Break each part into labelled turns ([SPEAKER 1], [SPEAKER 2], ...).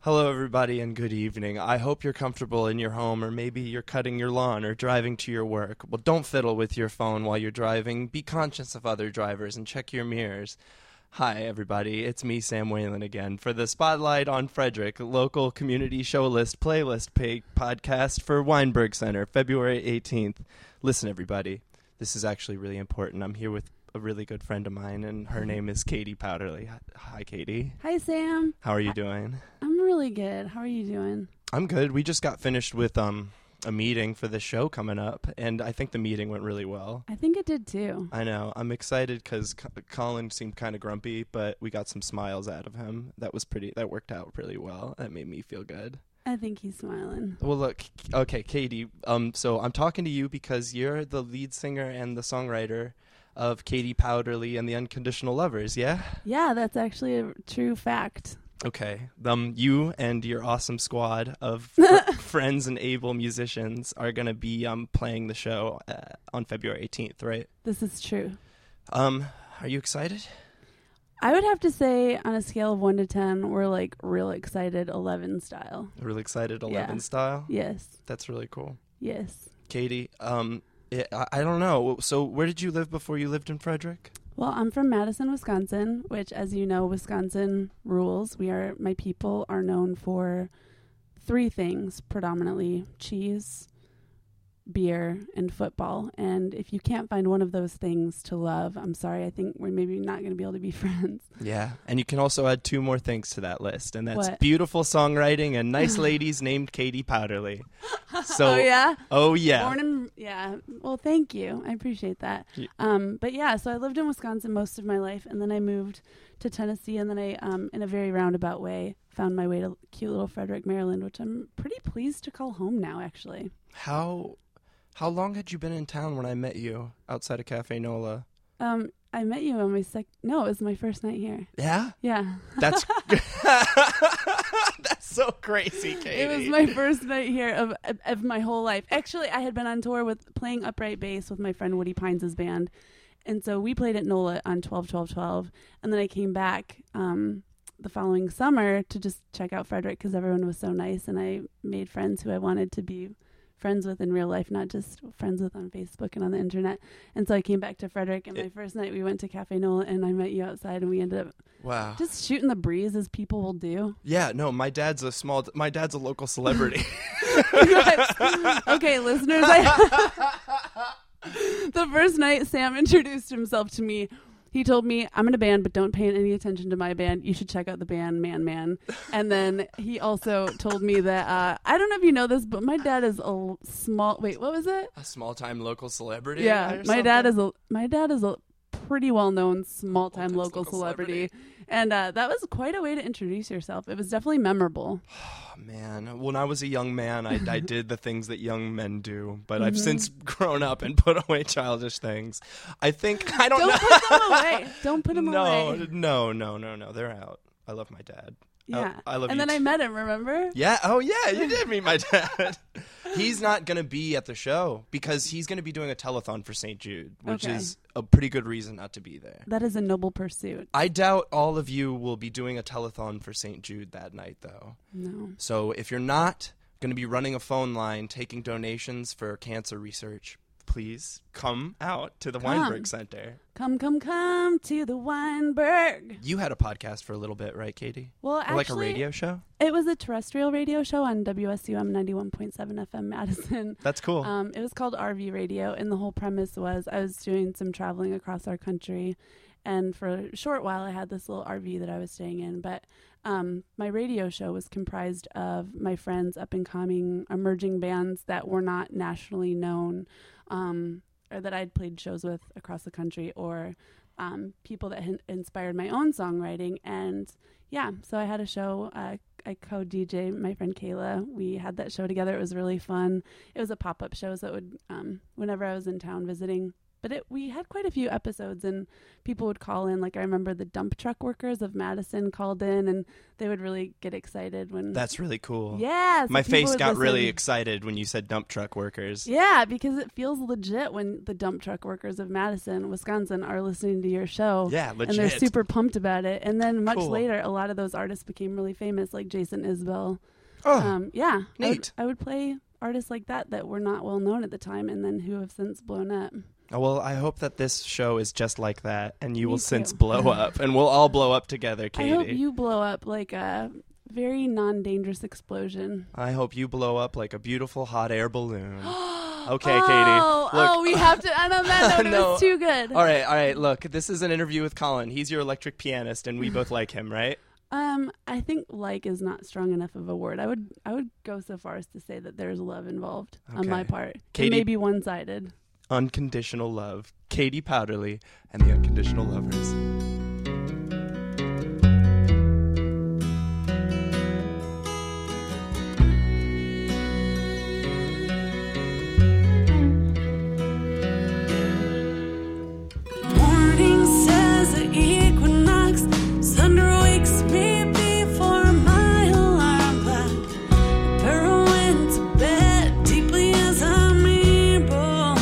[SPEAKER 1] Hello, everybody, and good evening. I hope you're comfortable in your home, or maybe you're cutting your lawn or driving to your work. Well, don't fiddle with your phone while you're driving. Be conscious of other drivers and check your mirrors. Hi, everybody. It's me, Sam Whalen, again, for the Spotlight on Frederick, local community show list playlist pay- podcast for Weinberg Center, February 18th. Listen, everybody, this is actually really important. I'm here with a really good friend of mine, and her name is Katie Powderly. Hi, Katie.
[SPEAKER 2] Hi, Sam.
[SPEAKER 1] How are you doing?
[SPEAKER 2] I'm really good. How are you doing?
[SPEAKER 1] I'm good. We just got finished with um a meeting for the show coming up, and I think the meeting went really well.
[SPEAKER 2] I think it did too.
[SPEAKER 1] I know. I'm excited because Colin seemed kind of grumpy, but we got some smiles out of him. That was pretty. That worked out really well. That made me feel good.
[SPEAKER 2] I think he's smiling.
[SPEAKER 1] Well, look, okay, Katie. Um, so I'm talking to you because you're the lead singer and the songwriter of Katie Powderly and the Unconditional Lovers. Yeah.
[SPEAKER 2] Yeah, that's actually a true fact.
[SPEAKER 1] Okay. Um, you and your awesome squad of friends and able musicians are going to be um, playing the show uh, on February 18th, right?
[SPEAKER 2] This is true.
[SPEAKER 1] Um, are you excited?
[SPEAKER 2] I would have to say, on a scale of 1 to 10, we're like real excited 11 style.
[SPEAKER 1] Real excited 11 style?
[SPEAKER 2] Yes,
[SPEAKER 1] That's really cool.
[SPEAKER 2] yes.
[SPEAKER 1] Katie, um, i I, I don't know. So, where did you live before you lived in Frederick?
[SPEAKER 2] Well, I'm from Madison, Wisconsin, which, as you know, Wisconsin rules. We are, my people are known for three things predominantly cheese, beer, and football. And if you can't find one of those things to love, I'm sorry, I think we're maybe not going to be able to be friends.
[SPEAKER 1] Yeah. And you can also add two more things to that list, and that's
[SPEAKER 2] What?
[SPEAKER 1] beautiful songwriting and nice ladies named Katie Powderly. So,
[SPEAKER 2] oh, yeah?
[SPEAKER 1] Oh, yeah.
[SPEAKER 2] Born in, yeah. Well, thank you. I appreciate that.
[SPEAKER 1] Ye-
[SPEAKER 2] Um, but yeah, so I lived in Wisconsin most of my life, and then I moved to Tennessee, and then I, um, in a very roundabout way, found my way to cute little Frederick, Maryland, which I'm pretty pleased to call home now, actually.
[SPEAKER 1] How how long had you been in town when I met you outside of Cafe Nola?
[SPEAKER 2] Um, I met you on my sec. No, it was my first night here.
[SPEAKER 1] Yeah,
[SPEAKER 2] Yeah,
[SPEAKER 1] that's that's so crazy, Katie.
[SPEAKER 2] it was my first night here of of- of my whole life. Actually, I had been on tour with playing upright bass with my friend Woody Pines' band, and so we played at NOLA on 12 12 12. And then I came back um, the following summer to just check out Frederick because everyone was so nice, and I made friends who I wanted to be friends with in real life, not just friends with on Facebook and on the internet. And so I came back to Frederick, and my
[SPEAKER 1] It-
[SPEAKER 2] first night we went to Cafe NOLA, and I met you outside, and we ended up
[SPEAKER 1] wow.
[SPEAKER 2] just shooting the breeze as people will do.
[SPEAKER 1] yeah, no, my dad's a small. My dad's a local celebrity.
[SPEAKER 2] okay, listeners, I, the first night Sam introduced himself to me, he told me, I'm in a band, but don't pay any attention to my band. You should check out the band Man Man. And then he also told me that, uh, I don't know if you know this, but my dad is a l- small, wait, what was it?
[SPEAKER 1] a small time local celebrity.
[SPEAKER 2] Yeah,
[SPEAKER 1] or
[SPEAKER 2] my dad
[SPEAKER 1] something?
[SPEAKER 2] is a, my dad is a pretty well known small time
[SPEAKER 1] Small-time
[SPEAKER 2] local,
[SPEAKER 1] local
[SPEAKER 2] celebrity. And uh, that was quite a way to introduce yourself. It was definitely memorable.
[SPEAKER 1] Oh, man, when I was a young man, I, I did the things that young men do, but
[SPEAKER 2] Mm-hmm.
[SPEAKER 1] I've since grown up and put away childish things. I think I don't,
[SPEAKER 2] Don't
[SPEAKER 1] know.
[SPEAKER 2] put them away. Don't put them
[SPEAKER 1] no,
[SPEAKER 2] away.
[SPEAKER 1] no, no, no, no. They're out. I love my dad. Oh,
[SPEAKER 2] Yeah.
[SPEAKER 1] I love
[SPEAKER 2] and
[SPEAKER 1] you
[SPEAKER 2] then I
[SPEAKER 1] too.
[SPEAKER 2] met him, remember?
[SPEAKER 1] Yeah. Oh, yeah. You did meet my dad. he's not going to be at the show because he's going to be doing a telethon for St. Jude, which
[SPEAKER 2] Okay.
[SPEAKER 1] is a pretty good reason not to be there.
[SPEAKER 2] That is a noble pursuit.
[SPEAKER 1] I doubt all of you will be doing a telethon for St. Jude that night, though.
[SPEAKER 2] No.
[SPEAKER 1] So if you're not going to be running a phone line taking donations for cancer research, please come out to the Weinberg Center.
[SPEAKER 2] Come, come, come to the Weinberg.
[SPEAKER 1] You had a podcast for a little bit, right, Katie?
[SPEAKER 2] Well, actually,
[SPEAKER 1] Or like a radio show?
[SPEAKER 2] it was a terrestrial radio show on WSUM 91.7 FM Madison.
[SPEAKER 1] That's cool.
[SPEAKER 2] Um, it was called RV Radio, and the whole premise was I was doing some traveling across our country, and for a short while I had this little RV that I was staying in. But um, my radio show was comprised of my friends, up and coming, emerging bands that were not nationally known, um, or that I'd played shows with across the country, or um, people that had inspired my own songwriting. And yeah, so I had a show. Uh, I co DJ my friend Kayla. We had that show together. It was really fun it was a pop up show, so it would um, whenever I was in town visiting,
[SPEAKER 3] but it we had quite a few episodes and people would call in like i remember the dump truck workers of madison called in and they would really get excited when
[SPEAKER 1] That's really cool.
[SPEAKER 3] yeah so
[SPEAKER 1] My
[SPEAKER 3] people
[SPEAKER 1] face
[SPEAKER 3] would
[SPEAKER 1] got really
[SPEAKER 3] listen.
[SPEAKER 1] excited when you said dump truck workers.
[SPEAKER 3] yeah because it feels legit when the dump truck workers of madison wisconsin are listening to your show
[SPEAKER 1] Yeah, legit.
[SPEAKER 3] and they're super pumped about it and then much
[SPEAKER 1] Cool.
[SPEAKER 3] later a lot of those artists became really famous like jason isbell
[SPEAKER 1] oh,
[SPEAKER 3] um, yeah I would,
[SPEAKER 1] neat.
[SPEAKER 3] I would play artists like that that were not well known at the time and then who have since blown up
[SPEAKER 1] Oh, Well, I hope that this show is just like that, and you
[SPEAKER 3] Me
[SPEAKER 1] will since
[SPEAKER 3] too.
[SPEAKER 1] blow up, and we'll all blow up together, Katie.
[SPEAKER 3] I hope you blow up like a very non dangerous explosion.
[SPEAKER 1] I hope you blow up like a beautiful hot air balloon. okay,
[SPEAKER 3] oh,
[SPEAKER 1] Katie. Look,
[SPEAKER 3] Oh, we have to end on that note. It
[SPEAKER 1] No.
[SPEAKER 3] was too good.
[SPEAKER 1] all right, all right. Look, this is an interview with Colin. He's your electric pianist, and we both like him, right?
[SPEAKER 3] Um, I think like is not strong enough of a word. I would I would go so far as to say that there's love involved on
[SPEAKER 1] Okay.
[SPEAKER 3] my part.
[SPEAKER 1] Katie-
[SPEAKER 3] It may be one sided.
[SPEAKER 1] Unconditional love. Katie Powderly and the Unconditional Lovers.
[SPEAKER 2] Morning says the equinox. Thunder wakes me before my alarm clock. Burrow into bed deeply as I'm able.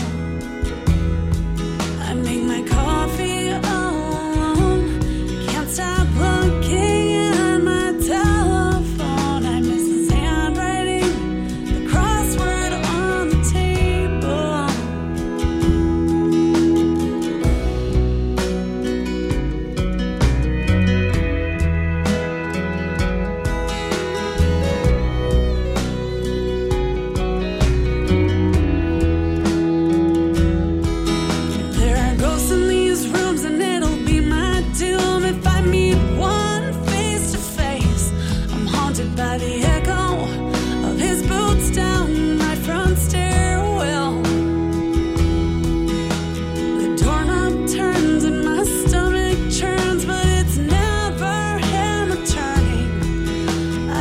[SPEAKER 2] I make my coffee alone. Can't stop looking at my telephone. I miss his handwriting, the crossword on the table. There are ghosts in these rooms, and it'll be my doom if I meet one face to face. I'm haunted by the echo of his boots down my front stairwell. The doorknob turns and my stomach churns, but it's never him returning.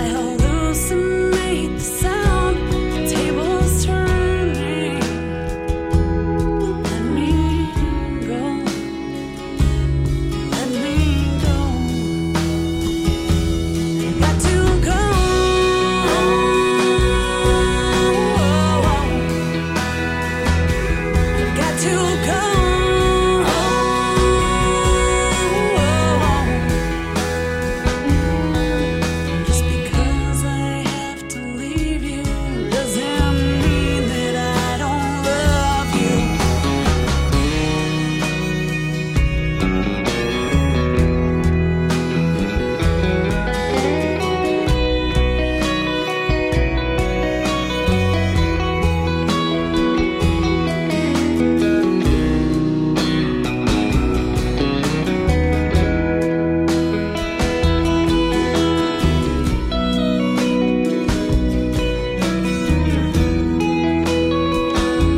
[SPEAKER 2] I hallucinate the sound, the table's turning. Let me go. Let me go. Got to go. Got to go. Just because I have to leave you doesn't mean that I don't love you.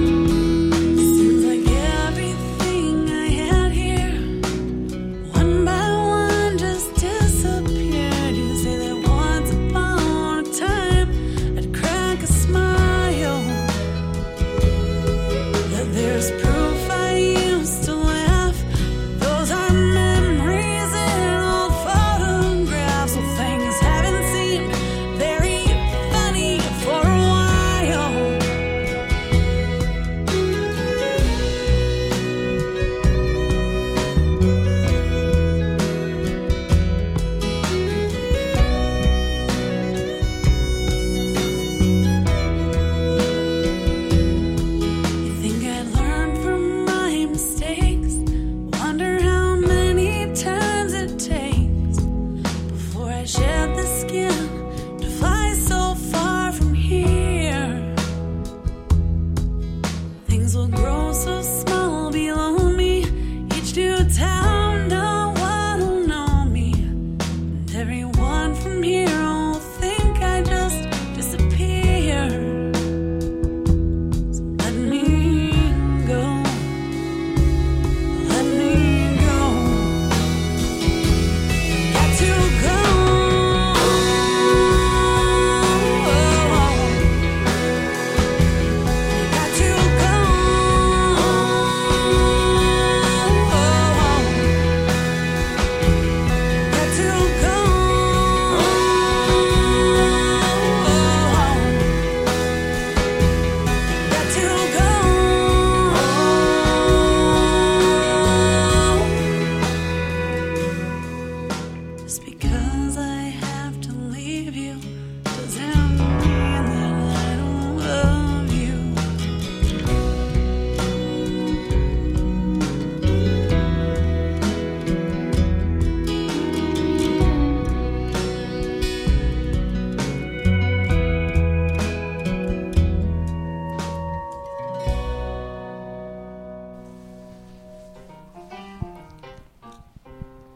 [SPEAKER 2] Seems like everything I had here, one by one, just disappeared. You say that once upon a time, I'd crack a smile. That there's proof I used to laugh. Those are memories in old photographs of things haven't seemed very funny for a while. You think I learned from my mistakes? Wonder how many times it takes before I shed the skin to fly so far from here. Things will grow so small below me. Each new town, no one will know me. And everyone from here will think I just disappear. Let me go. Let me go. Got to go. Got to go. Oh.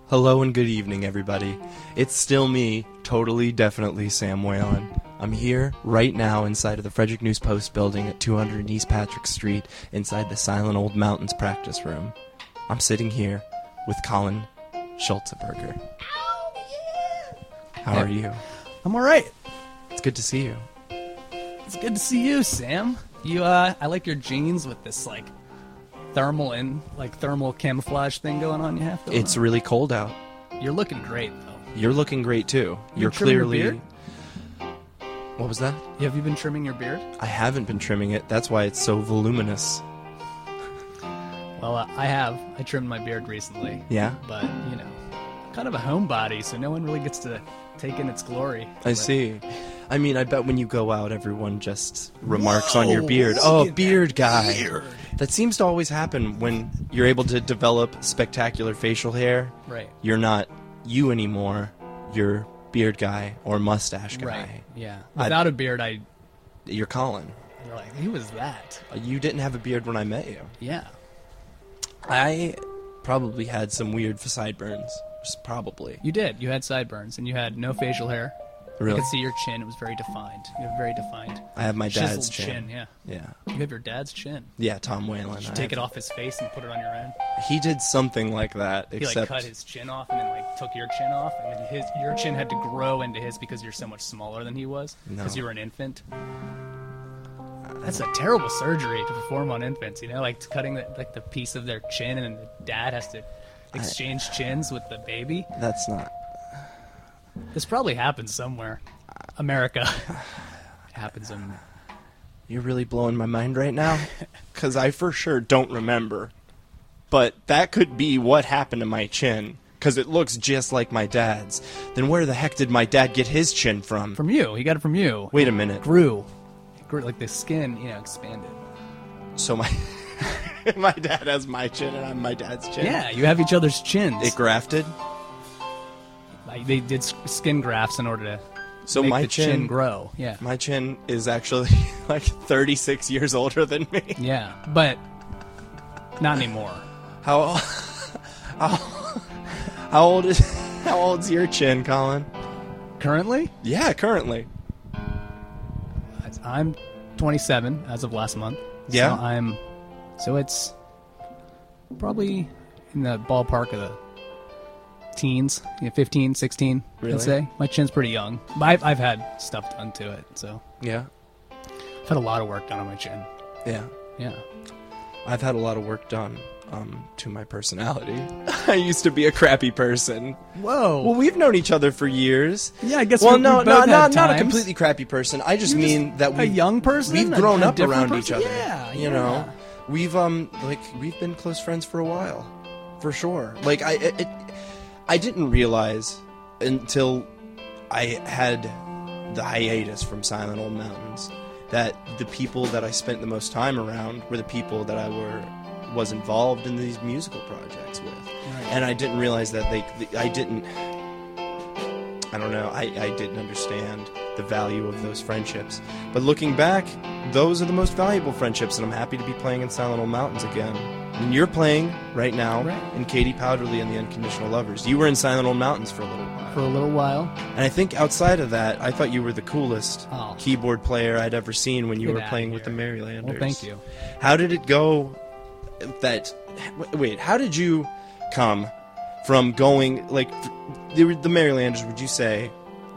[SPEAKER 1] Hello and good evening, everybody. It's still me, totally, definitely Sam Whalen. I'm here right now inside of the Frederick News Post building at 200 East Patrick Street, inside the Silent Old Mountains practice room. I'm sitting here with Colin Schulzeberger. How are you?
[SPEAKER 4] I'm all right.
[SPEAKER 1] It's good to see you.
[SPEAKER 4] It's good to see you, Sam. You, uh, I like your jeans with this like thermal and like thermal camouflage thing going on. You have to.
[SPEAKER 1] It's really cold out.
[SPEAKER 4] You're looking great though.
[SPEAKER 1] You're looking great too.
[SPEAKER 4] You
[SPEAKER 1] You're
[SPEAKER 4] trimming your
[SPEAKER 1] clearly.
[SPEAKER 4] beard?
[SPEAKER 1] What was that?
[SPEAKER 4] Have you been trimming your beard?
[SPEAKER 1] I haven't been trimming it. That's why it's so voluminous.
[SPEAKER 4] Well, uh, I have. I trimmed my beard recently.
[SPEAKER 1] Yeah.
[SPEAKER 4] But you know, I'm kind of a homebody, so no one really gets to take in its glory.
[SPEAKER 1] I
[SPEAKER 4] But
[SPEAKER 1] see. I mean, I bet when you go out, everyone just remarks on your
[SPEAKER 4] Whoa,
[SPEAKER 1] beard.
[SPEAKER 4] look at
[SPEAKER 1] Oh,
[SPEAKER 4] that
[SPEAKER 1] beard guy.
[SPEAKER 4] beard.
[SPEAKER 1] That seems to always happen when you're able to develop spectacular facial hair.
[SPEAKER 4] Right.
[SPEAKER 1] You're not you anymore. You're beard guy or mustache guy.
[SPEAKER 4] Right. Yeah.
[SPEAKER 1] I-
[SPEAKER 4] Without a beard, I
[SPEAKER 1] You're Colin.
[SPEAKER 4] you're like, who was that?
[SPEAKER 1] You didn't have a beard when I met you.
[SPEAKER 4] Yeah.
[SPEAKER 1] I probably had some weird sideburns. Just Probably.
[SPEAKER 4] You did. You had sideburns and you had no facial hair. I
[SPEAKER 1] Really?
[SPEAKER 4] could see your chin. It was very defined. You have very defined.
[SPEAKER 1] I have my dad's
[SPEAKER 4] Chiseled
[SPEAKER 1] chin.
[SPEAKER 4] Yeah.
[SPEAKER 1] Yeah.
[SPEAKER 4] You have your dad's chin.
[SPEAKER 1] Yeah, Tom Whalen. I
[SPEAKER 4] You take it
[SPEAKER 1] have-
[SPEAKER 4] off his face and put it on your own.
[SPEAKER 1] He did something like that,
[SPEAKER 4] He
[SPEAKER 1] except
[SPEAKER 4] like cut his chin off and then like took your chin off, and then his your chin had to grow into his because you're so much smaller than he was because
[SPEAKER 1] No. Uh,
[SPEAKER 4] you were an infant. That's a terrible surgery to perform on infants. You know, like cutting the, like the piece of their chin, and the dad has to exchange chins with the baby.
[SPEAKER 1] that's not.
[SPEAKER 4] This probably happens somewhere. America it happens in
[SPEAKER 1] You're really blowing my mind right now, because I for sure don't remember. But that could be what happened to my chin, because it looks just like my dad's. Then where the heck did my dad get his chin from?
[SPEAKER 4] from you. He got it from you.
[SPEAKER 1] Wait a minute.
[SPEAKER 4] grew. It grew like the skin, you know, expanded.
[SPEAKER 1] So my my dad has my chin, and I'm my dad's chin.
[SPEAKER 4] Yeah, you have each other's chins.
[SPEAKER 1] It grafted.
[SPEAKER 4] like they did s- skin grafts in order to
[SPEAKER 1] So
[SPEAKER 4] make
[SPEAKER 1] my
[SPEAKER 4] the
[SPEAKER 1] chin,
[SPEAKER 4] chin grow. Yeah,
[SPEAKER 1] my chin is actually like 36 years older than me.
[SPEAKER 4] yeah, but not anymore.
[SPEAKER 1] How how how old is how old's your chin, Colin?
[SPEAKER 4] Currently,
[SPEAKER 1] Yeah, currently.
[SPEAKER 4] I'm 27 as of last month.
[SPEAKER 1] Yeah.
[SPEAKER 4] so I'm. So it's probably in the ballpark of the teens, you know, 15, 16.
[SPEAKER 1] Really?
[SPEAKER 4] I'd say my chin's pretty young. But I've I've had stuff done to it, so
[SPEAKER 1] Yeah.
[SPEAKER 4] I've had a lot of work done on my chin.
[SPEAKER 1] Yeah.
[SPEAKER 4] Yeah.
[SPEAKER 1] I've had a lot of work done um, to my personality. I used to be a crappy person.
[SPEAKER 4] Whoa.
[SPEAKER 1] Well, we've known each other for years.
[SPEAKER 4] Yeah, I guess
[SPEAKER 1] Well,
[SPEAKER 4] we-
[SPEAKER 1] no,
[SPEAKER 4] we both
[SPEAKER 1] no,
[SPEAKER 4] had
[SPEAKER 1] no, not a
[SPEAKER 4] times.
[SPEAKER 1] completely crappy person. I just
[SPEAKER 4] You're
[SPEAKER 1] mean
[SPEAKER 4] just
[SPEAKER 1] that
[SPEAKER 4] a
[SPEAKER 1] we
[SPEAKER 4] young person,
[SPEAKER 1] We've
[SPEAKER 4] a-
[SPEAKER 1] grown
[SPEAKER 4] a
[SPEAKER 1] up
[SPEAKER 4] different
[SPEAKER 1] around each
[SPEAKER 4] person?
[SPEAKER 1] other.
[SPEAKER 4] Yeah,
[SPEAKER 1] you
[SPEAKER 4] yeah.
[SPEAKER 1] know, we've um like we've been close friends for a while, for sure. Like I, it, it, I didn't realize until I had the hiatus from Silent Old Mountains that the people that I spent the most time around were the people that I were was involved in these musical projects with, and I didn't realize that they I didn't I don't know. I, I didn't understand the value of those friendships. But looking back, those are the most valuable friendships, and I'm happy to be playing in Silent Hill Mountains again. And you're playing right now
[SPEAKER 4] Right.
[SPEAKER 1] in Katie Powderly and the Unconditional Lovers. You were in Silent Hill Mountains for a little while.
[SPEAKER 4] for a little while.
[SPEAKER 1] And I think outside of that, I thought you were the coolest
[SPEAKER 4] Oh.
[SPEAKER 1] keyboard player I'd ever seen when you
[SPEAKER 4] Get
[SPEAKER 1] were
[SPEAKER 4] outta
[SPEAKER 1] playing with the
[SPEAKER 4] here.
[SPEAKER 1] Marylanders.
[SPEAKER 4] Well, thank you.
[SPEAKER 1] How did it go that w- wait, how did you come from going like f- the the Marylanders would you say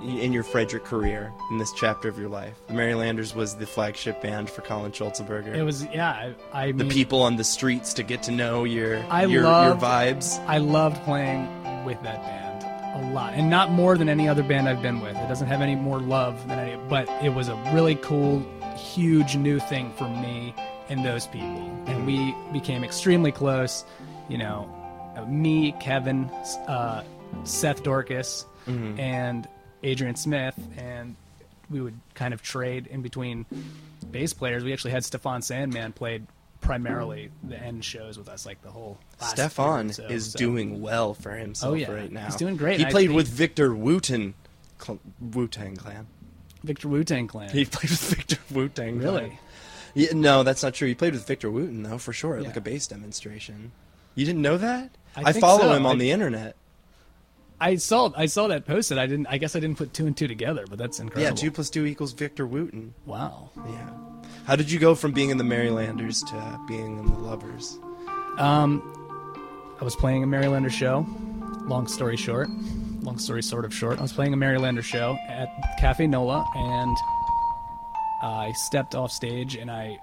[SPEAKER 1] in your Frederick career in this chapter of your life? The Marylanders was the flagship band for Colin Schulzeberger.
[SPEAKER 4] It was yeah. I, I
[SPEAKER 1] the
[SPEAKER 4] mean,
[SPEAKER 1] people on the streets to get to know your
[SPEAKER 4] I
[SPEAKER 1] your,
[SPEAKER 4] loved-
[SPEAKER 1] your vibes.
[SPEAKER 4] I loved playing with that band a lot, and not more than any other band I've been with. It doesn't have any more love than any, but it was a really cool, huge new thing for me and those people, and we became extremely close. You know, uh, me, Kevin, s- uh, Seth Dorcas,
[SPEAKER 1] Mm-hmm.
[SPEAKER 4] and Adrian Smith, and we would kind of trade in between bass players. We actually had Stefan Sandman played primarily the end shows with us, like the whole. last year or
[SPEAKER 1] Stefan
[SPEAKER 4] so,
[SPEAKER 1] is
[SPEAKER 4] so-
[SPEAKER 1] doing well for himself
[SPEAKER 4] Oh, yeah.
[SPEAKER 1] right now.
[SPEAKER 4] He's doing great,
[SPEAKER 1] He
[SPEAKER 4] and I
[SPEAKER 1] played
[SPEAKER 4] think-
[SPEAKER 1] with Victor Wooten, Cl- Wu Tang Clan.
[SPEAKER 4] Victor Wu Tang Clan.
[SPEAKER 1] He played with Victor Wu Tang.
[SPEAKER 4] really?
[SPEAKER 1] Yeah, no, that's not true. He played with Victor Wooten though, for sure,
[SPEAKER 4] Yeah.
[SPEAKER 1] like a bass demonstration. You didn't know that?
[SPEAKER 4] I
[SPEAKER 1] I,
[SPEAKER 4] think
[SPEAKER 1] follow
[SPEAKER 4] so.
[SPEAKER 1] him on
[SPEAKER 4] I-
[SPEAKER 1] the internet.
[SPEAKER 4] I saw I saw that posted. I didn't. I guess I didn't put two and two together, but that's incredible.
[SPEAKER 1] Yeah, two plus two equals Victor Wooten.
[SPEAKER 4] Wow.
[SPEAKER 1] Yeah. How did you go from being in the Marylanders to being in the Lovers?
[SPEAKER 4] Um, I was playing a Marylander show. Long story short, long story sort of short. I was playing a Marylander show at Cafe Nola, and I stepped off stage and I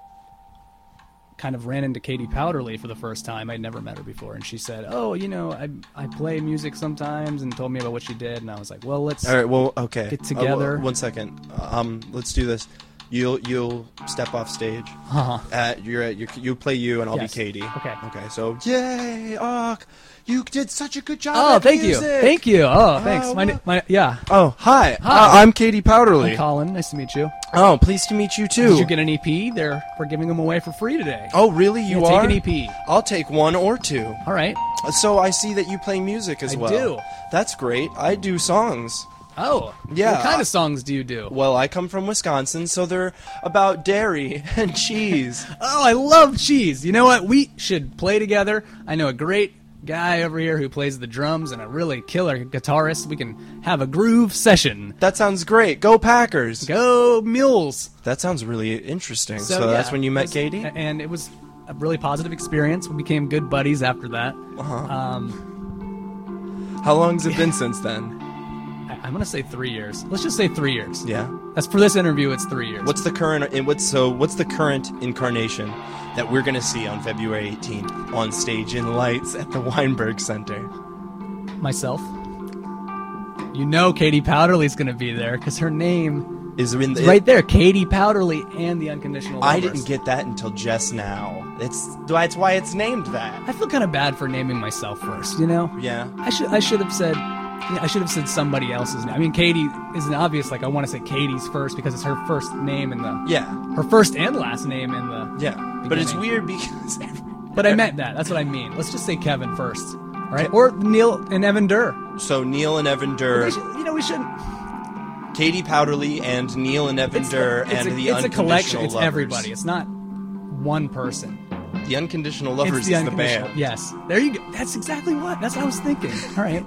[SPEAKER 4] kind of ran into Katie Powderly for the first time. I'd never met her before, and she said, "Oh, you know, I I play music sometimes," and told me about what she did. And I was like, "Well, let's."
[SPEAKER 1] All right. Well, okay.
[SPEAKER 4] Get
[SPEAKER 1] Uh, well,
[SPEAKER 4] together.
[SPEAKER 1] one second. Um, let's do this. You'll you'll step off stage.
[SPEAKER 4] Uh-huh.
[SPEAKER 1] At you're at you you play you and I'll
[SPEAKER 4] Yes.
[SPEAKER 1] be Katie.
[SPEAKER 4] Okay.
[SPEAKER 1] Okay. So yay! Oh, you did such a good job.
[SPEAKER 4] Oh,
[SPEAKER 1] at
[SPEAKER 4] thank you,
[SPEAKER 1] music.
[SPEAKER 4] thank you. Oh, thanks. my,
[SPEAKER 1] well-
[SPEAKER 4] my yeah.
[SPEAKER 1] Oh, hi.
[SPEAKER 4] Hi.
[SPEAKER 1] Uh, I'm Katie Powderly.
[SPEAKER 4] Hey, Colin, nice to meet you.
[SPEAKER 1] Oh, pleased to meet you too.
[SPEAKER 4] Did you get an EP? They're we're giving them away for free today.
[SPEAKER 1] Oh, really? You
[SPEAKER 4] Yeah,
[SPEAKER 1] are.
[SPEAKER 4] take an E EP.
[SPEAKER 1] I'll take one or two.
[SPEAKER 4] All right.
[SPEAKER 1] So I see that you play music as
[SPEAKER 4] I
[SPEAKER 1] well.
[SPEAKER 4] do.
[SPEAKER 1] That's great. I do songs.
[SPEAKER 4] Oh,
[SPEAKER 1] Yeah.
[SPEAKER 4] What kind of songs do you do?
[SPEAKER 1] Well, I come from Wisconsin, so they're about dairy and cheese.
[SPEAKER 4] Oh, I love cheese. You know what? We should play together. I know a great guy over here who plays the drums and a really killer guitarist. We can have a groove session.
[SPEAKER 1] That sounds great. Go Packers.
[SPEAKER 4] Go Mules.
[SPEAKER 1] That sounds really interesting. So,
[SPEAKER 4] So,
[SPEAKER 1] that's
[SPEAKER 4] yeah, uh,
[SPEAKER 1] when you
[SPEAKER 4] it
[SPEAKER 1] met
[SPEAKER 4] was-
[SPEAKER 1] Katie?
[SPEAKER 4] a- and it was a really positive experience. We became good buddies after that. Uh-huh. Um,
[SPEAKER 1] How long's it been since then?
[SPEAKER 4] I, I'm gonna say three years. Let's just say three years.
[SPEAKER 1] Yeah.
[SPEAKER 4] That's for this interview. It's three years.
[SPEAKER 1] What's the current and what's so what's the current incarnation that we're going to see on February 18th on stage in lights at the Weinberg Center?
[SPEAKER 4] myself? You know, Katie Powderly's gonna be there because her name
[SPEAKER 1] Is in the
[SPEAKER 4] is right there. Katie Powderly and the unconditional.
[SPEAKER 1] I
[SPEAKER 4] Lovers.
[SPEAKER 1] didn't get that until just now. It's that's why it's named that.
[SPEAKER 4] I feel kind of bad for naming myself first. You know.
[SPEAKER 1] Yeah.
[SPEAKER 4] I should. I should have said. yeah, I should have said somebody else's name. I mean, Katie isn't obvious. Like, I want to say Katie's first because it's her first name in the.
[SPEAKER 1] Yeah.
[SPEAKER 4] Her first and last name in the.
[SPEAKER 1] Yeah. But it's
[SPEAKER 4] Beginning.
[SPEAKER 1] weird because
[SPEAKER 4] But I meant that. That's what I mean. Let's just say Kevin first. All right. Or Neil and Evan Durr.
[SPEAKER 1] so Neil and Evan
[SPEAKER 4] They
[SPEAKER 1] Durr,
[SPEAKER 4] should- you know, we shouldn't.
[SPEAKER 1] Katie Powderly and Neil and Evan Durr
[SPEAKER 4] it's
[SPEAKER 1] and
[SPEAKER 4] a,
[SPEAKER 1] the
[SPEAKER 4] it's a
[SPEAKER 1] unconditional
[SPEAKER 4] collection. It's
[SPEAKER 1] lovers.
[SPEAKER 4] everybody. It's not one person.
[SPEAKER 1] The Unconditional Lovers
[SPEAKER 4] it's
[SPEAKER 1] is
[SPEAKER 4] unconditional-
[SPEAKER 1] the band.
[SPEAKER 4] Yes. There you go. That's exactly what. That's what I was thinking. All right.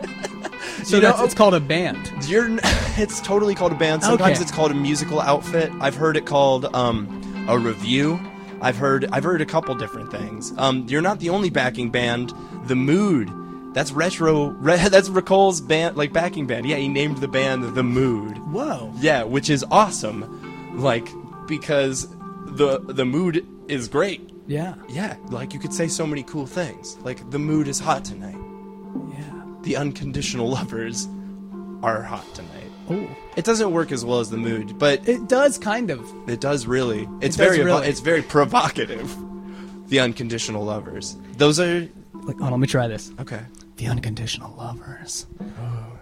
[SPEAKER 4] so
[SPEAKER 1] You
[SPEAKER 4] that's,
[SPEAKER 1] know-
[SPEAKER 4] it's called a band.
[SPEAKER 1] You're, n- it's totally called a band. Sometimes
[SPEAKER 4] Okay.
[SPEAKER 1] it's called a musical outfit. I've heard it called um, a review. I've heard I've heard a couple different things. Um, you're not the only backing band. The Mood. That's retro. Re, that's Ricole's band, like backing band. Yeah, he named the band the Mood.
[SPEAKER 4] Whoa.
[SPEAKER 1] Yeah, which is awesome. Like because the the mood is great.
[SPEAKER 4] Yeah.
[SPEAKER 1] Yeah, like you could say so many cool things. Like the mood is hot tonight.
[SPEAKER 4] Yeah.
[SPEAKER 1] The unconditional lovers are hot tonight.
[SPEAKER 4] Oh.
[SPEAKER 1] It doesn't work as well as the mood, but it,
[SPEAKER 4] It does kind of.
[SPEAKER 1] it does really. It's
[SPEAKER 4] does
[SPEAKER 1] very evo-
[SPEAKER 4] really.
[SPEAKER 1] it's very provocative. The unconditional lovers. Those are
[SPEAKER 4] Like, oh, let me try this.
[SPEAKER 1] okay.
[SPEAKER 4] The unconditional lovers.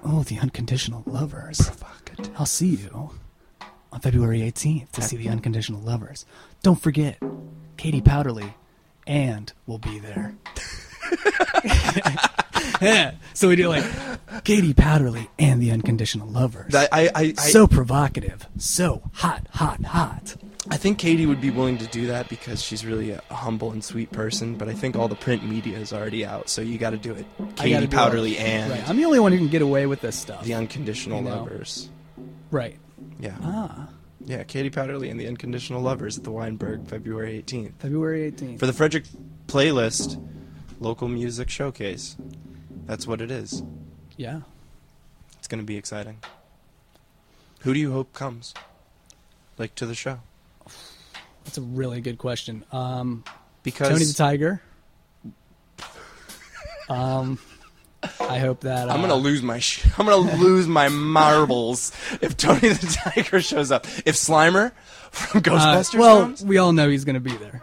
[SPEAKER 4] Oh, the unconditional lovers.
[SPEAKER 1] Provocative.
[SPEAKER 4] I'll see you on February 18th to see the Unconditional Lovers. Don't forget, Katie Powderly and will be there. so we do like Katie Powderly and the Unconditional Lovers.
[SPEAKER 1] That- I I, I,
[SPEAKER 4] so provocative, so hot, hot, hot.
[SPEAKER 1] I think Katie would be willing to do that because she's really a humble and sweet person. But I think all the print media is already out, so you got to do it.
[SPEAKER 4] I gotta
[SPEAKER 1] Katie
[SPEAKER 4] do all-
[SPEAKER 1] Powderly and
[SPEAKER 4] Right, I'm the only one who can get away with this stuff.
[SPEAKER 1] the unconditional
[SPEAKER 4] You know.
[SPEAKER 1] lovers.
[SPEAKER 4] right.
[SPEAKER 1] Yeah. Ah. Yeah, Katie Powderly and the Unconditional Lovers at the Weinberg, February 18th.
[SPEAKER 4] February 18th.
[SPEAKER 1] For the Frederick playlist, local music showcase. That's what it is.
[SPEAKER 4] yeah.
[SPEAKER 1] It's going to be exciting. Who do you hope comes? Like to the show?
[SPEAKER 4] That's a really good question. Um,
[SPEAKER 1] Because
[SPEAKER 4] Tony the Tiger. Um, I hope that uh,
[SPEAKER 1] I'm gonna lose my sh- I'm gonna lose my marbles if Tony the Tiger shows up. If Slimer from
[SPEAKER 4] uh,
[SPEAKER 1] Ghostbusters
[SPEAKER 4] well,
[SPEAKER 1] comes,
[SPEAKER 4] we all know he's going to be there.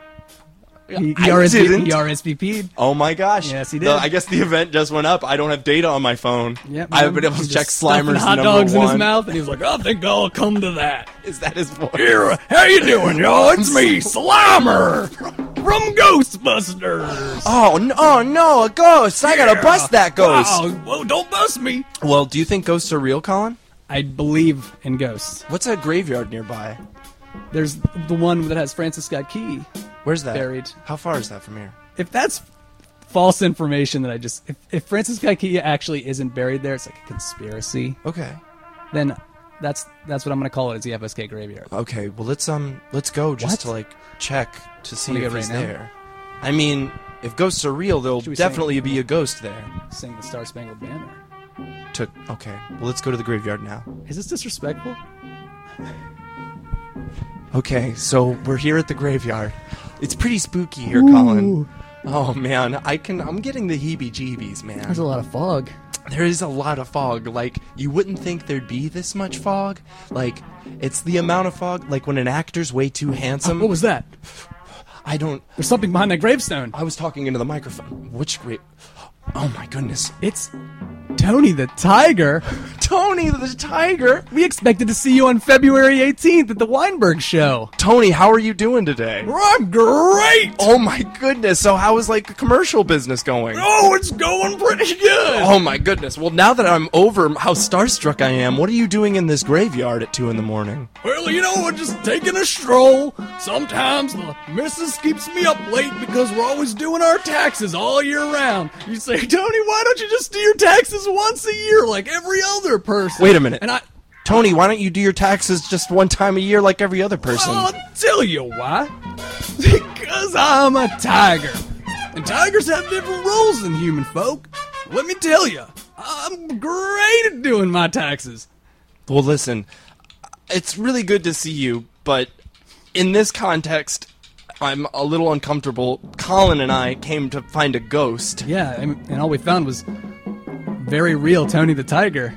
[SPEAKER 4] He, he
[SPEAKER 1] I
[SPEAKER 4] RSVP
[SPEAKER 1] didn't.
[SPEAKER 4] he RSVP'd.
[SPEAKER 1] Oh my gosh!
[SPEAKER 4] Yes, he
[SPEAKER 1] The-
[SPEAKER 4] did.
[SPEAKER 1] I guess the event just went up. I don't have data on my phone.
[SPEAKER 4] Yep,
[SPEAKER 1] I've been able to
[SPEAKER 4] He's
[SPEAKER 1] check
[SPEAKER 4] just stuffing
[SPEAKER 1] Slimer's
[SPEAKER 4] hot
[SPEAKER 1] number
[SPEAKER 4] dogs
[SPEAKER 1] one.
[SPEAKER 4] in his mouth, and he was like, "I think I'll come to that."
[SPEAKER 1] Is that his voice?
[SPEAKER 4] how you doing, y'all? It's me, Slimer from Ghostbusters.
[SPEAKER 1] Oh no! Oh no! A ghost! I gotta bust that ghost.
[SPEAKER 4] well, don't bust me.
[SPEAKER 1] Well, do you think ghosts are real, Colin?
[SPEAKER 4] I believe in ghosts.
[SPEAKER 1] What's a graveyard nearby?
[SPEAKER 4] There's the one that has Francis Scott Key.
[SPEAKER 1] Where's that?
[SPEAKER 4] Buried.
[SPEAKER 1] How far is that from here?
[SPEAKER 4] If that's false information that I just if, if Francis Kaikia actually isn't buried there, it's like a conspiracy.
[SPEAKER 1] Okay.
[SPEAKER 4] Then that's that's what I'm gonna call it. Is the FSK graveyard?
[SPEAKER 1] Okay. Well, let's um, let's go just
[SPEAKER 4] What?
[SPEAKER 1] to like check to see
[SPEAKER 4] Wanna
[SPEAKER 1] if
[SPEAKER 4] go
[SPEAKER 1] he's
[SPEAKER 4] right now?
[SPEAKER 1] there. I mean, if ghosts are real, there'll
[SPEAKER 4] Should we sing?
[SPEAKER 1] definitely be a ghost there.
[SPEAKER 4] Sing the Star Spangled Banner.
[SPEAKER 1] Took. Okay. Well, let's go to the graveyard now.
[SPEAKER 4] Is this disrespectful?
[SPEAKER 1] Okay. So we're here at the graveyard. It's pretty spooky here, Colin. Oh man, I can. I'm getting the heebie-jeebies, man.
[SPEAKER 4] There's a lot of fog.
[SPEAKER 1] there is a lot of fog. Like, you wouldn't think there'd be this much fog. Like, it's the amount of fog, like when an actor's way too handsome.
[SPEAKER 4] What was that?
[SPEAKER 1] I don't.
[SPEAKER 4] There's something behind that gravestone.
[SPEAKER 1] I was talking into the microphone. Which great. Oh my goodness.
[SPEAKER 4] It's Tony the Tiger.
[SPEAKER 1] Tony the Tiger!
[SPEAKER 4] We expected to see you on February 18th at the Weinberg Show.
[SPEAKER 1] Tony, how are you doing today?
[SPEAKER 4] I'm great.
[SPEAKER 1] Oh my goodness. So, how is like commercial business going?
[SPEAKER 4] Oh, it's going pretty good.
[SPEAKER 1] Oh my goodness. Well, now that I'm over how starstruck I am, what are you doing in this graveyard at 2 in the morning?
[SPEAKER 4] Well, you know, we're just taking a stroll. Sometimes the missus keeps me up late because we're always doing our taxes all year round. You say, Tony, why don't you just do your taxes once a year like every other person?
[SPEAKER 1] Wait a minute.
[SPEAKER 4] And I,
[SPEAKER 1] Tony, why don't you do your taxes just one time a year like every other person?
[SPEAKER 4] I'll tell you why. Because I'm a tiger. And tigers have different rules than human folk. Let me tell you, I'm great at doing my taxes.
[SPEAKER 1] Well, listen, it's really good to see you, but in this context, I'm a little uncomfortable. Colin and I came to find a ghost.
[SPEAKER 4] Yeah, and, and all we found was very real Tony the Tiger.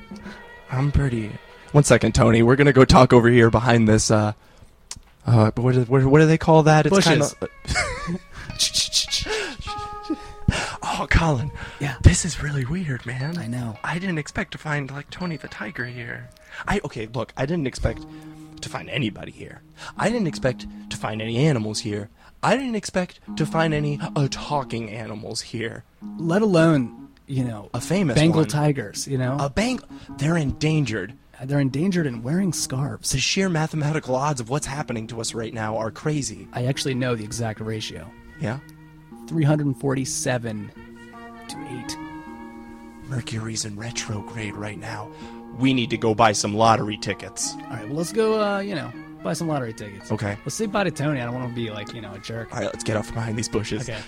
[SPEAKER 1] I'm pretty. One second, Tony. We're gonna go talk over here behind this. Uh, uh, what, do- what, do- what do they call that? It's
[SPEAKER 4] Bushes.
[SPEAKER 1] kinda- oh, Colin.
[SPEAKER 4] Yeah.
[SPEAKER 1] This is really weird, man.
[SPEAKER 4] I know.
[SPEAKER 1] I didn't expect to find like Tony the Tiger here. I okay. Look, I didn't expect to find anybody here. I didn't expect to find any animals here. I didn't expect to find any uh, talking animals here.
[SPEAKER 4] Let alone, you know,
[SPEAKER 1] A famous
[SPEAKER 4] Bengal
[SPEAKER 1] one.
[SPEAKER 4] tigers, you know?
[SPEAKER 1] A bank. They're endangered.
[SPEAKER 4] They're endangered and wearing scarves.
[SPEAKER 1] The sheer mathematical odds of what's happening to us right now are crazy.
[SPEAKER 4] I actually know the exact ratio
[SPEAKER 1] Yeah?
[SPEAKER 4] 347 to 8.
[SPEAKER 1] Mercury's in retrograde right now. We need to go buy some lottery tickets.
[SPEAKER 4] All right, well, let's go, uh, you know, buy some lottery tickets.
[SPEAKER 1] Okay.
[SPEAKER 4] Let's say bye to Tony. I don't want to be, like, you know, a jerk.
[SPEAKER 1] All right, let's get off behind these bushes.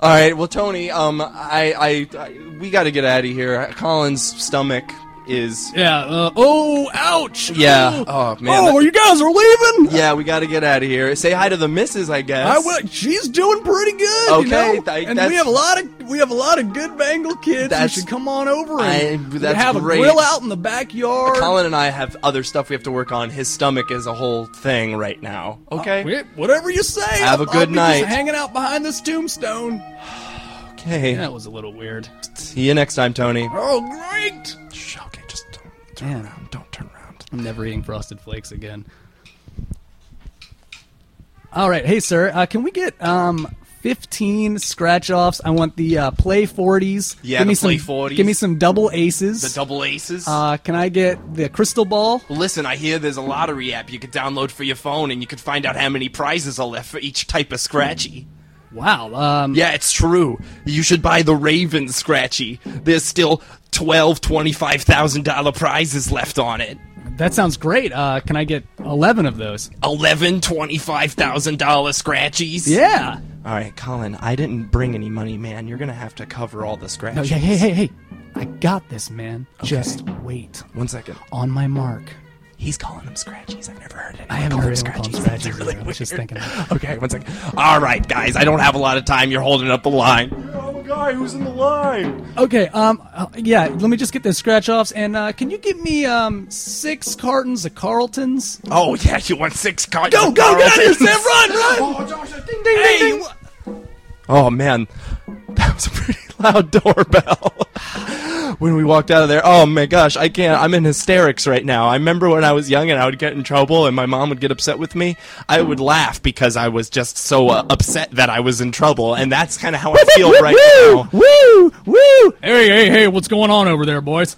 [SPEAKER 4] Okay.
[SPEAKER 1] All right, well, Tony, um, I, I, I we got to get out of here. Colin's stomach is,
[SPEAKER 4] Yeah, uh, oh, ouch!
[SPEAKER 1] Yeah, oh, man,
[SPEAKER 4] Oh,
[SPEAKER 1] that-
[SPEAKER 4] you guys are leaving?
[SPEAKER 1] yeah, we got to get out of here. Say hi to the missus, I guess.
[SPEAKER 4] I will. She's doing pretty good. you
[SPEAKER 1] Okay,
[SPEAKER 4] know?
[SPEAKER 1] th-
[SPEAKER 4] and
[SPEAKER 1] that's-
[SPEAKER 4] we have a lot of we have a lot of good Bengal kids. You
[SPEAKER 1] That's-
[SPEAKER 4] should come on over and
[SPEAKER 1] I- that's
[SPEAKER 4] have
[SPEAKER 1] great.
[SPEAKER 4] a grill out in the backyard.
[SPEAKER 1] Colin and I have other stuff we have to work on. His stomach is a whole thing right now. Okay.
[SPEAKER 4] Wh- Whatever you say.
[SPEAKER 1] Have a
[SPEAKER 4] I'll-
[SPEAKER 1] good
[SPEAKER 4] I'll be
[SPEAKER 1] night.
[SPEAKER 4] Just hanging out behind this tombstone.
[SPEAKER 1] okay.
[SPEAKER 4] That was a little weird.
[SPEAKER 1] See you next time, Tony.
[SPEAKER 4] Oh, great!
[SPEAKER 1] Shh, okay, just don't turn
[SPEAKER 4] Man.
[SPEAKER 1] around. Don't turn around.
[SPEAKER 4] I'm never eating frosted flakes again. All right, hey sir, uh, can we get um 15 scratch offs? I want the uh, play 40s.
[SPEAKER 1] Yeah,
[SPEAKER 4] give me
[SPEAKER 1] the play
[SPEAKER 4] some,
[SPEAKER 1] 40s.
[SPEAKER 4] Give me some double aces.
[SPEAKER 1] The double aces.
[SPEAKER 4] uh, can I get the crystal ball?
[SPEAKER 1] Listen, I hear there's a lottery app you could download for your phone, and you could find out how many prizes are left for each type of scratchy.
[SPEAKER 4] Wow. Um,
[SPEAKER 1] Yeah, it's true. You should buy the Raven scratchy. There's still twelve, twenty-five thousand dollar prizes left on it.
[SPEAKER 4] that sounds great. Uh, can I get 11 of those?
[SPEAKER 1] Eleven, twenty-five thousand dollar scratchies.
[SPEAKER 4] Yeah.
[SPEAKER 1] All right, Colin. I didn't bring any money, man. You're gonna have to cover all the scratchies.
[SPEAKER 4] No, yeah. Hey, hey, hey. I got this, man. Just wait.
[SPEAKER 1] One second.
[SPEAKER 4] On my mark.
[SPEAKER 1] He's calling them scratchies. I've never heard anyone
[SPEAKER 4] I haven't
[SPEAKER 1] call
[SPEAKER 4] heard
[SPEAKER 1] them
[SPEAKER 4] anyone call them
[SPEAKER 1] That's
[SPEAKER 4] scratchies either. I was just
[SPEAKER 1] weird.
[SPEAKER 4] thinking that.
[SPEAKER 1] Okay, one second. All right, guys, I don't have a lot of time. You're holding up the line. Oh, guy, who's in the line?
[SPEAKER 4] Okay. Um. uh, yeah. Let me just get the scratch offs, and uh, can you give me um six cartons of Carltons?
[SPEAKER 1] Oh, yeah, you want six cards?
[SPEAKER 4] Go, go, get out of here, Sam! Run, run!
[SPEAKER 1] Oh, Josh, ding, ding,
[SPEAKER 4] Hey,
[SPEAKER 1] ding,
[SPEAKER 4] you-
[SPEAKER 1] ding. Oh, man, that was a pretty loud doorbell. when we walked out of there, oh my gosh, I can't. I'm in hysterics right now. I remember when I was young and I would get in trouble, and my mom would get upset with me. I would laugh because I was just so uh, upset that I was in trouble, and that's kind of how I feel right now.
[SPEAKER 4] Woo! Woo! Hey, hey, hey! What's going on over there, boys?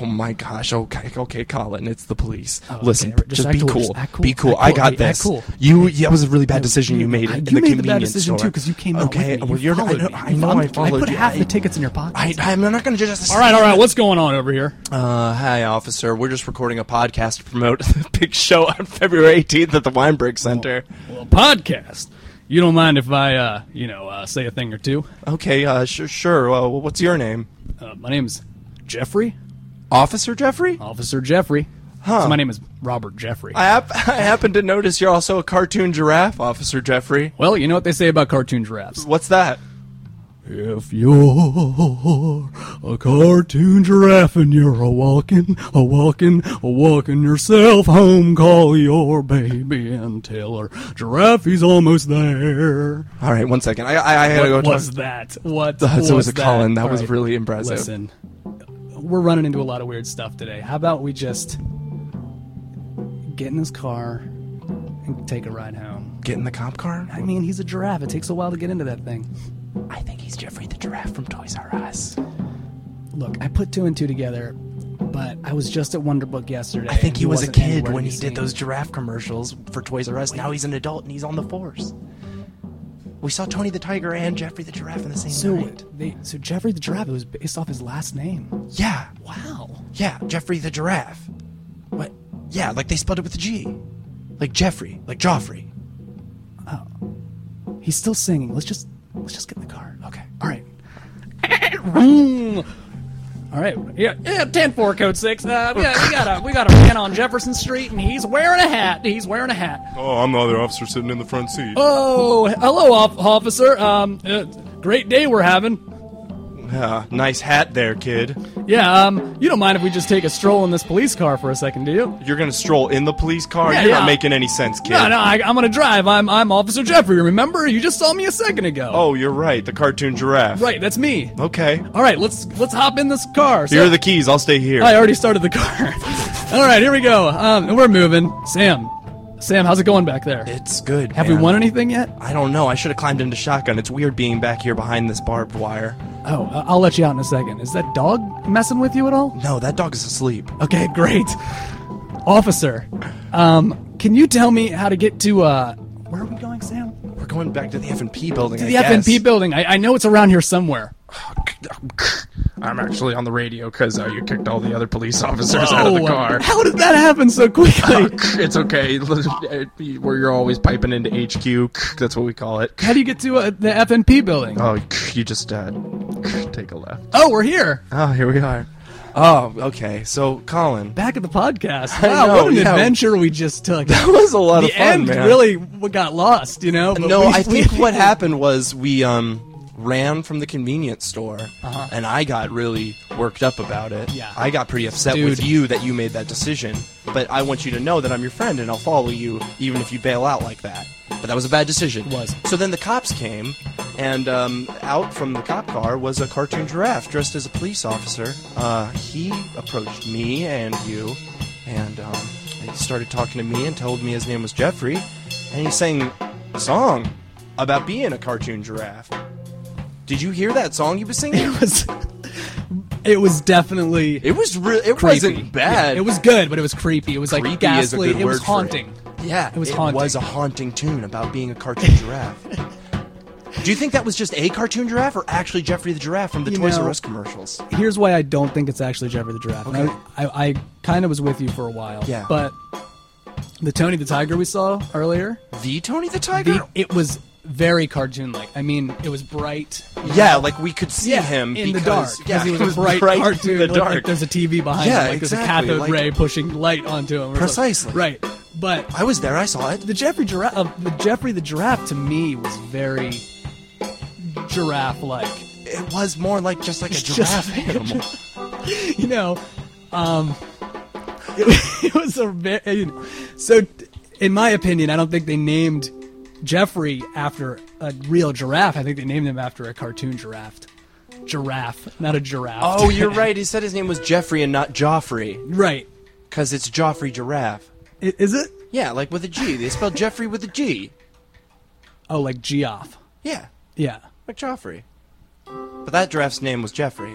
[SPEAKER 1] Oh my gosh. Okay, okay, Colin, it's the police.
[SPEAKER 4] Oh,
[SPEAKER 1] Listen,
[SPEAKER 4] okay.
[SPEAKER 1] just,
[SPEAKER 4] Just
[SPEAKER 1] be
[SPEAKER 4] act cool,
[SPEAKER 1] cool.
[SPEAKER 4] just act cool,
[SPEAKER 1] Be cool.
[SPEAKER 4] act
[SPEAKER 1] I
[SPEAKER 4] cool,
[SPEAKER 1] got
[SPEAKER 4] act
[SPEAKER 1] this.
[SPEAKER 4] cool.
[SPEAKER 1] You yeah, that was a really bad decision you
[SPEAKER 4] you-
[SPEAKER 1] made
[SPEAKER 4] I-
[SPEAKER 1] in the
[SPEAKER 4] you made the bad
[SPEAKER 1] convenience
[SPEAKER 4] decision, too,
[SPEAKER 1] store.
[SPEAKER 4] 'cause you came out
[SPEAKER 1] Okay,
[SPEAKER 4] with me.
[SPEAKER 1] well
[SPEAKER 4] You
[SPEAKER 1] you're not-
[SPEAKER 4] followed
[SPEAKER 1] I know,
[SPEAKER 4] me.
[SPEAKER 1] I,
[SPEAKER 4] You
[SPEAKER 1] know
[SPEAKER 4] followed
[SPEAKER 1] I
[SPEAKER 4] me. I
[SPEAKER 1] followed
[SPEAKER 4] put
[SPEAKER 1] you.
[SPEAKER 4] half the tickets in your pocket.
[SPEAKER 1] I, I'm not going to just
[SPEAKER 4] All right, all right. What's going on over here?
[SPEAKER 1] Uh, hi, officer. We're just recording a podcast to promote the big show on February 18th at the Weinberg Center.
[SPEAKER 4] Well, podcast. You don't mind if I, uh, you know, uh, say a thing or two?
[SPEAKER 1] Okay, uh, sure, sure. Uh, what's your name?
[SPEAKER 4] Uh, my name's Jeffrey,
[SPEAKER 1] Officer Jeffrey?
[SPEAKER 4] Officer Jeffrey.
[SPEAKER 1] Huh.
[SPEAKER 4] So my name is Robert Jeffrey.
[SPEAKER 1] I, hap- I happen to notice you're also a cartoon giraffe, Officer Jeffrey.
[SPEAKER 4] well, you know what they say about cartoon giraffes.
[SPEAKER 1] What's that?
[SPEAKER 4] If you're a cartoon giraffe and you're a walking, a walking, a walking yourself home, call your baby and tell her giraffe he's almost there.
[SPEAKER 1] All right, one second. I, I, I gotta
[SPEAKER 4] What
[SPEAKER 1] go.
[SPEAKER 4] was
[SPEAKER 1] talk-
[SPEAKER 4] that? What
[SPEAKER 1] That
[SPEAKER 4] was,
[SPEAKER 1] was a
[SPEAKER 4] that?
[SPEAKER 1] Colin. That
[SPEAKER 4] All
[SPEAKER 1] was really impressive.
[SPEAKER 4] Listen, we're running into a lot of weird stuff today. How about we just get in his car and take a ride home?
[SPEAKER 1] Get in the cop car?
[SPEAKER 4] I mean, he's a giraffe. It takes a while to get into that thing.
[SPEAKER 1] I think he's Jeffrey the giraffe from Toys R Us.
[SPEAKER 4] Look, I put two and two together, but I was just at Wonderbook yesterday.
[SPEAKER 1] I think
[SPEAKER 4] and
[SPEAKER 1] he was a
[SPEAKER 4] wasn't
[SPEAKER 1] kid
[SPEAKER 4] anywhere
[SPEAKER 1] when
[SPEAKER 4] to
[SPEAKER 1] he
[SPEAKER 4] be
[SPEAKER 1] did
[SPEAKER 4] seen.
[SPEAKER 1] those giraffe commercials for Toys R Us. Now he's an adult and he's on the force. We saw Tony the Tiger and Jeffrey the Giraffe in the same
[SPEAKER 4] So,
[SPEAKER 1] night.
[SPEAKER 4] they, so Jeffrey the giraffe it was based off his last name.
[SPEAKER 1] Yeah,
[SPEAKER 4] Wow.
[SPEAKER 1] yeah, Jeffrey the Giraffe. What? Yeah, like they spelled it with a G. Like Jeffrey, like Joffrey.
[SPEAKER 4] He's still singing. Let's just let's just get in the car.
[SPEAKER 1] Okay.
[SPEAKER 4] All right. Vroom. All right. Yeah. Yeah. Ten four code six. Uh, yeah. We got a we got a man on Jefferson Street, and he's wearing a hat. He's wearing a hat.
[SPEAKER 5] Oh, I'm the other officer sitting in the front seat.
[SPEAKER 4] Oh, hello, off- officer. Um, uh, great day we're having.
[SPEAKER 1] Uh, nice hat there, kid.
[SPEAKER 4] Yeah. Um, you don't mind if we just take a stroll in this police car for a second, do you?
[SPEAKER 1] You're gonna stroll in the police car?
[SPEAKER 4] Yeah,
[SPEAKER 1] You're not
[SPEAKER 4] yeah.
[SPEAKER 1] making any sense, kid.
[SPEAKER 4] No, no. I, I'm gonna drive. I'm I'm Officer Jeffrey. Remember, you just saw me a second ago.
[SPEAKER 1] Oh, you're right, the cartoon giraffe.
[SPEAKER 4] Right. That's me.
[SPEAKER 1] Okay.
[SPEAKER 4] All right. Let's let's hop in this car. So-
[SPEAKER 1] Here are the keys. I'll stay here.
[SPEAKER 4] I already started the car. All right, here we go. Um, and we're moving. Sam, Sam, how's it going back there?
[SPEAKER 1] It's good.
[SPEAKER 4] Have we
[SPEAKER 1] man.
[SPEAKER 4] won anything yet?
[SPEAKER 1] I don't know. I should have climbed into shotgun. It's weird being back here behind this barbed wire.
[SPEAKER 4] Oh, uh, I'll let you out in a second. Is that dog messing with you at all?
[SPEAKER 1] No, that dog is asleep.
[SPEAKER 4] Okay, great. Officer, um, can you tell me how to get to uh, where are we going, Sam?
[SPEAKER 1] We're going back to the F and P building.
[SPEAKER 4] To the FNP building. I, I know it's around here somewhere.
[SPEAKER 1] I'm actually on the radio because uh, you kicked all the other police officers
[SPEAKER 4] Oh, uh, how did that happen so quickly?
[SPEAKER 1] it's okay. Where you're always piping into HQ. That's what we call it.
[SPEAKER 4] how do you get to uh, the FNP building?
[SPEAKER 1] Oh, you just uh, take a left.
[SPEAKER 4] Oh, we're here.
[SPEAKER 1] Oh, here we are. Oh, okay. So, Colin,
[SPEAKER 4] Back at the podcast.
[SPEAKER 1] I
[SPEAKER 4] Wow,
[SPEAKER 1] know,
[SPEAKER 4] what an
[SPEAKER 1] yeah.
[SPEAKER 4] adventure we just took.
[SPEAKER 1] that was a lot
[SPEAKER 4] the
[SPEAKER 1] of fun,
[SPEAKER 4] end
[SPEAKER 1] man.
[SPEAKER 4] really w- got lost, you know. but
[SPEAKER 1] No,
[SPEAKER 4] we-
[SPEAKER 1] I think
[SPEAKER 4] we-
[SPEAKER 1] what happened was we um, ran from the convenience store, and I got really worked up about it.
[SPEAKER 4] Uh-huh. Yeah.
[SPEAKER 1] I got pretty upset with
[SPEAKER 4] Dude.
[SPEAKER 1] you that you made that decision. But I want you to know that I'm your friend, and I'll follow you even if you bail out like that. But that was a bad decision. It
[SPEAKER 4] was.
[SPEAKER 1] So then the cops came, and um, out from the cop car was a cartoon giraffe dressed as a police officer. Uh, he approached me and you, and um, he started talking to me and told me his name was Jeffrey, and he sang a song about being a cartoon giraffe. Did you hear that song he was singing?
[SPEAKER 4] it was it was definitely
[SPEAKER 1] It was real. It
[SPEAKER 4] creepy.
[SPEAKER 1] wasn't bad.
[SPEAKER 4] Yeah, it was good, but it was creepy. It was
[SPEAKER 1] Creepy
[SPEAKER 4] like
[SPEAKER 1] is a
[SPEAKER 4] ghastly.
[SPEAKER 1] good
[SPEAKER 4] It was
[SPEAKER 1] word for it.
[SPEAKER 4] haunting.
[SPEAKER 1] Yeah,
[SPEAKER 4] It was haunting.
[SPEAKER 1] a haunting tune about being a cartoon giraffe. Do you think that was just a cartoon giraffe, or actually Jeffrey the giraffe from the
[SPEAKER 4] You
[SPEAKER 1] Toys
[SPEAKER 4] know-
[SPEAKER 1] R Us commercials?
[SPEAKER 4] Here's why I don't think it's actually Jeffrey the Giraffe. And
[SPEAKER 1] Okay.
[SPEAKER 4] I, I, I kind of was with you for a while.
[SPEAKER 1] Yeah.
[SPEAKER 4] But the Tony the Tiger we saw earlier,
[SPEAKER 1] The Tony the Tiger?
[SPEAKER 4] the, it was very cartoon-like. I mean, it was bright.
[SPEAKER 1] yeah, like we could see
[SPEAKER 4] yeah,
[SPEAKER 1] him
[SPEAKER 4] in the dark
[SPEAKER 1] because- Yeah,
[SPEAKER 4] because he was, a bright, cartoon.
[SPEAKER 1] in the
[SPEAKER 4] It looked
[SPEAKER 1] dark.
[SPEAKER 4] Like there's a TV behind
[SPEAKER 1] Yeah,
[SPEAKER 4] him. Like there's a
[SPEAKER 1] exactly,
[SPEAKER 4] cathode
[SPEAKER 1] like-
[SPEAKER 4] ray pushing light onto him. or something.
[SPEAKER 1] Precisely.
[SPEAKER 4] Right. But
[SPEAKER 1] I was there. I saw it.
[SPEAKER 4] the Jeffrey giraffe, uh, the Jeffrey the giraffe, to me was very giraffe-like.
[SPEAKER 1] It was more like just like a
[SPEAKER 4] It's
[SPEAKER 1] giraffe
[SPEAKER 4] just-
[SPEAKER 1] animal.
[SPEAKER 4] You know, um, it, it was a very. So, in my opinion, I don't think they named Jeffrey after a real giraffe. I think they named him after a cartoon giraffe. Giraffe, not a giraffe.
[SPEAKER 1] Oh, you're right. He said his name was Jeffrey and not Joffrey,
[SPEAKER 4] right.
[SPEAKER 1] because it's Joffrey Giraffe.
[SPEAKER 4] I- Is it?
[SPEAKER 1] Yeah, like with a G. They spelled Jeffrey with a G.
[SPEAKER 4] Oh, like Geoff.
[SPEAKER 1] Yeah,
[SPEAKER 4] Yeah.
[SPEAKER 1] like Joffrey. But that giraffe's name was Jeffrey,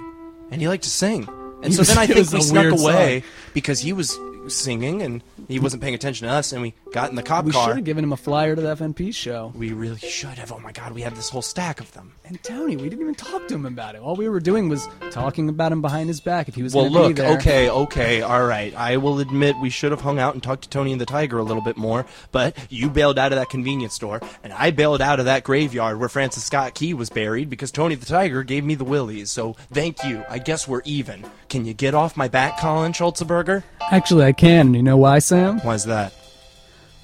[SPEAKER 1] and he liked to sing. And so then I
[SPEAKER 4] It
[SPEAKER 1] think
[SPEAKER 4] was
[SPEAKER 1] we
[SPEAKER 4] a
[SPEAKER 1] snuck
[SPEAKER 4] weird
[SPEAKER 1] away because he was singing and he wasn't paying attention to us, and we got in the cop
[SPEAKER 4] We should
[SPEAKER 1] car.
[SPEAKER 4] have given him a flyer to the FNP show.
[SPEAKER 1] We really should have. Oh my God, we have this whole stack of them.
[SPEAKER 4] And Tony, we didn't even talk to him about it. All we were doing was talking about him behind his back if he was
[SPEAKER 1] Well,
[SPEAKER 4] going to be
[SPEAKER 1] look, okay,
[SPEAKER 4] there.
[SPEAKER 1] okay, all right. I will admit we should have hung out and talked to Tony and the Tiger a little bit more, but you bailed out of that convenience store, and I bailed out of that graveyard where Francis Scott Key was buried because Tony the Tiger gave me the willies. So thank you. I guess we're even. Can you get off my back, Colin Schultzeberger?
[SPEAKER 4] Actually, I can. You know why, Sam?
[SPEAKER 1] Why's that?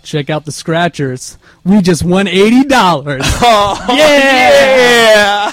[SPEAKER 4] Check out the scratchers. We just won eighty dollars.
[SPEAKER 1] Yeah!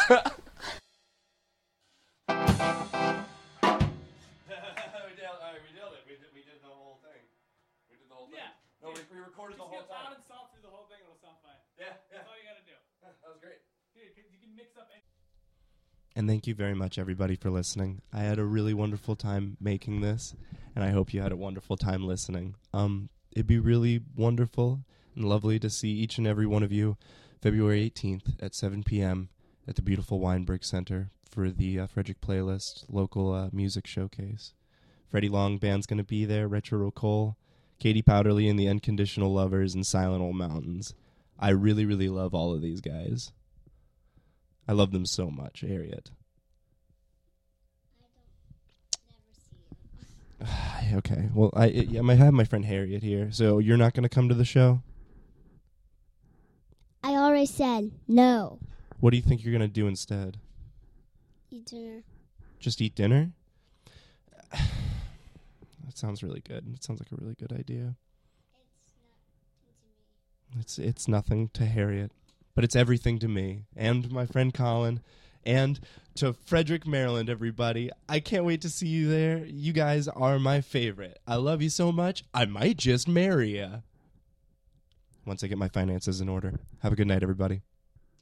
[SPEAKER 1] And thank you very much, everybody, for listening. I had a really wonderful time making this, and I hope you had a wonderful time listening. Um, it'd be really wonderful and lovely to see each and every one of you February 18th at 7 p.m. at the beautiful Weinberg Center for the uh, Frederick Playlist local uh, music showcase. Freddie Long Band's going to be there, Retro Cole, Katie Powderly and the Unconditional Lovers, and Silent Old Mountains. I really, really love all of these guys. I love them so much, Harriet. okay. Well, I it, yeah, I might have my friend Harriet here, so you're not going to come to the show.
[SPEAKER 6] I already said no.
[SPEAKER 1] What do you think you're going to do instead?
[SPEAKER 6] Eat dinner.
[SPEAKER 1] Just eat dinner? that sounds really good. It sounds like a really good idea. It's it's nothing to Harriet, but it's everything to me and my friend Colin and to Frederick, Maryland, everybody. I can't wait to see you there. You guys are my favorite. I love you so much. I might just marry you. Once I get my finances in order. Have a good night, everybody.